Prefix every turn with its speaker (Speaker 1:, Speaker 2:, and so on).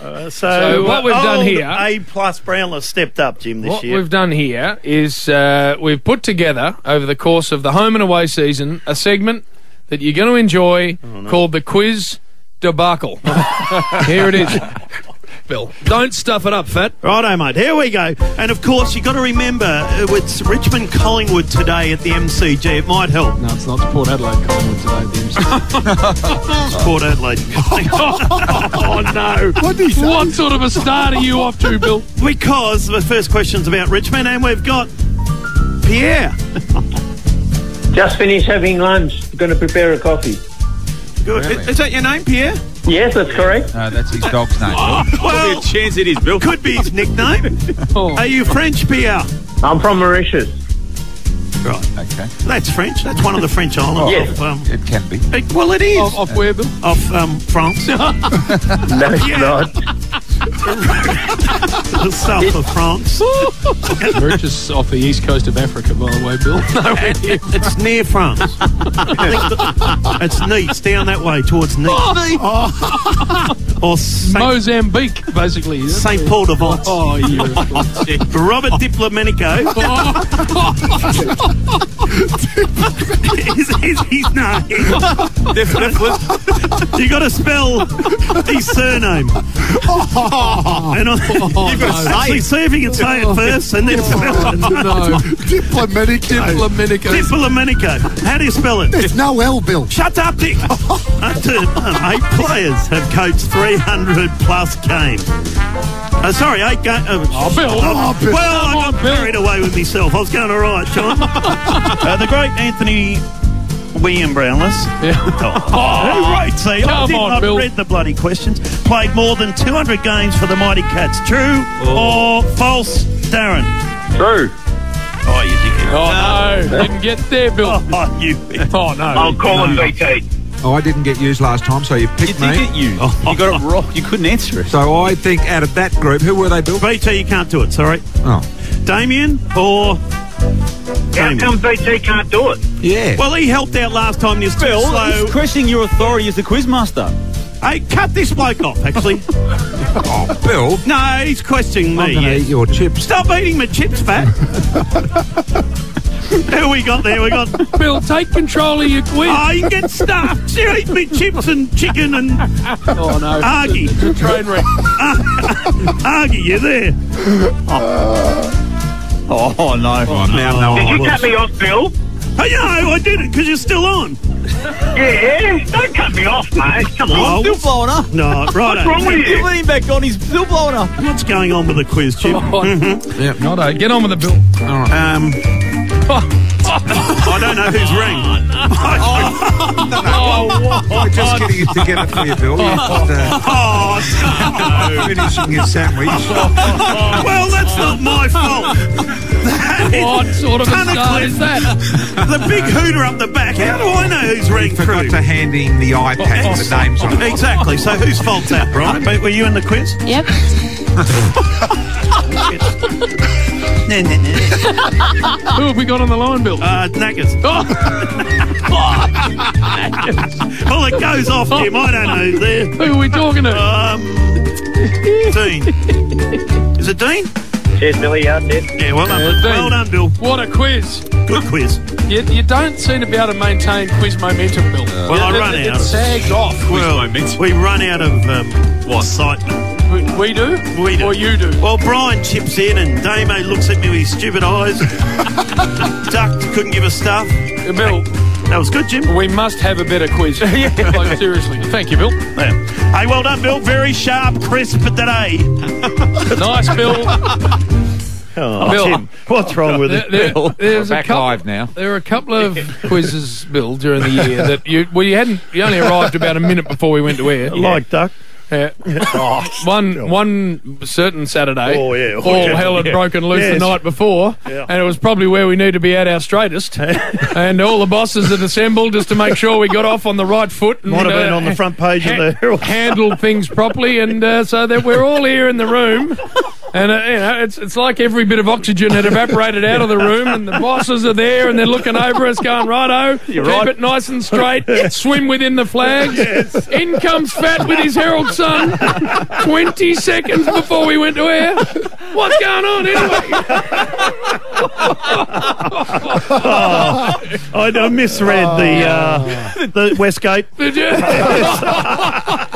Speaker 1: Uh, so,
Speaker 2: So what we've done
Speaker 1: old
Speaker 2: here-
Speaker 1: A plus Brownless stepped up, Jim, this
Speaker 2: What
Speaker 1: year.
Speaker 2: we've done here is uh, we've put together over the course of the home and away season a segment that you're going to enjoy called the Quiz Debacle. here it is. Bill, don't stuff it up, fat.
Speaker 1: Righto, mate. Here we go. And of course, you've got to remember uh, it's Richmond Collingwood today at the MCG. It might help.
Speaker 3: No, it's not It's Port Adelaide Collingwood today. The MC.
Speaker 1: Port Adelaide. oh, no.
Speaker 3: what did he say?
Speaker 2: What sort of a start are you off to, Bill?
Speaker 1: Because the first question's about Richmond, and we've got Pierre.
Speaker 4: Just finished having lunch. Going to prepare a coffee.
Speaker 1: Good.
Speaker 5: Really?
Speaker 1: Is that your name, Pierre?
Speaker 4: Yes, that's correct.
Speaker 5: No, that's his dog's name.
Speaker 1: Well,
Speaker 5: chance it is, Bill.
Speaker 1: could be his nickname.
Speaker 2: Oh.
Speaker 1: Are you French, Pierre?
Speaker 4: I'm from Mauritius.
Speaker 1: Right.
Speaker 5: Okay,
Speaker 1: That's French. That's one of the French islands.
Speaker 4: Yes.
Speaker 1: Of, um,
Speaker 5: it can be.
Speaker 1: it- well, it is.
Speaker 2: Off, off where, Bill?
Speaker 1: Of um, France.
Speaker 4: No, it's not.
Speaker 1: the south of France.
Speaker 3: Mauritius off the east coast of Africa, by the way, Bill.
Speaker 1: It's near France. I think the- it's Nice, down that way towards Nice. Oh. or Saint,
Speaker 2: Mozambique, basically. isn't it?
Speaker 1: Saint Paul de Vence.
Speaker 3: Oh, you.
Speaker 1: Robert Diplomenico is, is his name. you got to spell his surname. and I, you've got to say See if you can say it first and then spell it.
Speaker 2: No,
Speaker 3: Diplomatic.
Speaker 2: Flaminico.
Speaker 1: Diplomenico. How do you spell it?
Speaker 3: It's no L, Bill.
Speaker 1: Shut up, Dick! Up to um, eight players have coached 300 plus games. Uh, sorry, eight games. Uh,
Speaker 2: Oh, Bill.
Speaker 1: oh,
Speaker 3: Bill.
Speaker 1: Well, I
Speaker 2: Come
Speaker 1: got
Speaker 2: on, Bill.
Speaker 1: carried away with myself. I was going all right, John. uh, the great Anthony William Brownless. Oh, right, see, I
Speaker 2: Come
Speaker 1: did
Speaker 2: on,
Speaker 1: not
Speaker 2: Bill.
Speaker 1: read the bloody questions. Played more than 200 games for the Mighty Cats. True
Speaker 2: Oh.
Speaker 1: or false, Darren?
Speaker 4: True.
Speaker 1: Oh, you dickhead.
Speaker 2: Oh, no. Didn't get there, Bill.
Speaker 1: Oh, you
Speaker 2: Oh, no.
Speaker 4: I'll call him BT.
Speaker 6: Oh, I didn't get used last time, so you
Speaker 5: You
Speaker 6: picked
Speaker 5: did
Speaker 6: me.
Speaker 5: get you. You got it wrong. You couldn't answer it.
Speaker 6: So I think out of that group, who were they,
Speaker 3: Oh.
Speaker 6: Bill?
Speaker 1: BT, you can't do it, sorry.
Speaker 6: Oh,
Speaker 1: Damien or
Speaker 4: How
Speaker 1: Damien?
Speaker 4: come BT can't do it?
Speaker 6: yeah.
Speaker 1: Well, he helped out last time. and He was too slow.
Speaker 5: questioning your authority as the quizmaster.
Speaker 1: Hey, cut this bloke off. Actually,
Speaker 6: oh, Bill,
Speaker 1: no, he's questioning
Speaker 6: I'm
Speaker 1: me.
Speaker 6: going to
Speaker 1: yes.
Speaker 6: eat your chips.
Speaker 1: Stop eating my chips, fat. Who we got there? We got.
Speaker 2: Bill, take control of your quiz.
Speaker 1: Oh, you get stuffed. You eat me chips and chicken and
Speaker 2: Oh, no.
Speaker 1: Argy.
Speaker 2: Train wreck.
Speaker 1: Argy, you there?
Speaker 5: Oh, no.
Speaker 6: Now, no,
Speaker 4: Did
Speaker 6: I
Speaker 4: you
Speaker 6: will.
Speaker 4: cut me off, Bill?
Speaker 1: Hey, no, I did it because you're still on.
Speaker 4: Yeah. Don't cut me off, mate. Come
Speaker 1: Oh,
Speaker 4: on.
Speaker 5: Still blowing up.
Speaker 1: No,
Speaker 4: What's wrong
Speaker 1: right.
Speaker 4: with
Speaker 5: You
Speaker 4: you?
Speaker 5: let him back on. He's still blowing up.
Speaker 1: What's going on with the quiz, Jim?
Speaker 2: Oh,
Speaker 6: Yeah, no.
Speaker 2: Not a, get on with the Bill.
Speaker 6: Um,
Speaker 1: I don't know who's rang.
Speaker 6: I'm just getting it together for you, Bill. You're just, uh,
Speaker 1: Oh,
Speaker 6: finishing your sandwich.
Speaker 2: Oh.
Speaker 1: well, that's not my fault. That is-
Speaker 2: What sort of a start is that?
Speaker 1: The big hooter up the back. How do I know who's ring crew?
Speaker 6: Forgot to hand in the iPad
Speaker 1: Oh.
Speaker 6: with the names on it.
Speaker 1: Exactly. So whose fault's that, Brian? But were you in the quiz?
Speaker 7: Yep.
Speaker 1: No, no, no.
Speaker 2: Who have we got on the line, Bill?
Speaker 1: Uh, knackers.
Speaker 2: Oh,
Speaker 1: Well, it goes off, Jim. I don't know who's there.
Speaker 2: who are we talking to?
Speaker 1: Um, Dean. Is it Dean?
Speaker 4: Cheers, Billy. You're dead.
Speaker 1: Yeah, well done.
Speaker 2: Yeah, Uh, Dean.
Speaker 1: Well done, Bill.
Speaker 2: What a quiz.
Speaker 1: Good quiz.
Speaker 2: You, you don't seem to be able to maintain quiz momentum, Bill.
Speaker 1: Uh, Well, I
Speaker 2: it,
Speaker 1: run
Speaker 2: it,
Speaker 1: out.
Speaker 2: It sags off.
Speaker 1: Well, we run out of um, what excitement.
Speaker 2: We, we do?
Speaker 1: We do.
Speaker 2: Or you do?
Speaker 1: Well, Brian chips in, and Damo looks at me with his stupid eyes. Ducked, couldn't give a stuff.
Speaker 2: Bill,
Speaker 1: That was good, Jim.
Speaker 2: we must have a better quiz. like, seriously. Thank you, Bill.
Speaker 1: Yeah. Hey, well done, Bill. Very sharp, crisp today.
Speaker 2: Nice, Bill.
Speaker 1: Oh,
Speaker 2: Bill. Jim,
Speaker 1: what's wrong with
Speaker 2: There, there- there's a
Speaker 5: Back
Speaker 2: couple,
Speaker 5: live now.
Speaker 2: There were a couple of quizzes, Bill, during the year that you well you hadn't you only arrived about a minute before we went to air.
Speaker 1: Like duck.
Speaker 2: Yeah. one one certain Saturday.
Speaker 1: Oh, yeah.
Speaker 2: All hell had
Speaker 1: Yeah.
Speaker 2: broken loose
Speaker 1: Yes.
Speaker 2: the night before,
Speaker 1: Yeah.
Speaker 2: and it was probably where we need to be at our straightest. and all the bosses had assembled just to make sure we got off on the right foot. And,
Speaker 1: Might have been
Speaker 2: uh,
Speaker 1: on the front page of
Speaker 2: ha-
Speaker 1: the Herald.
Speaker 2: handled things properly, and uh, so that we're all here in the room And uh, you know, it's it's like every bit of oxygen had evaporated out of the room, and the bosses are there, and they're looking over us, going, "Righto, keep
Speaker 5: right."
Speaker 2: it nice and straight. Swim within the flags." In comes Fat with his herald son. Twenty seconds before we went to air, what's going on anyway?
Speaker 1: Oh. I, I misread the, uh, the Westgate.
Speaker 2: Did you?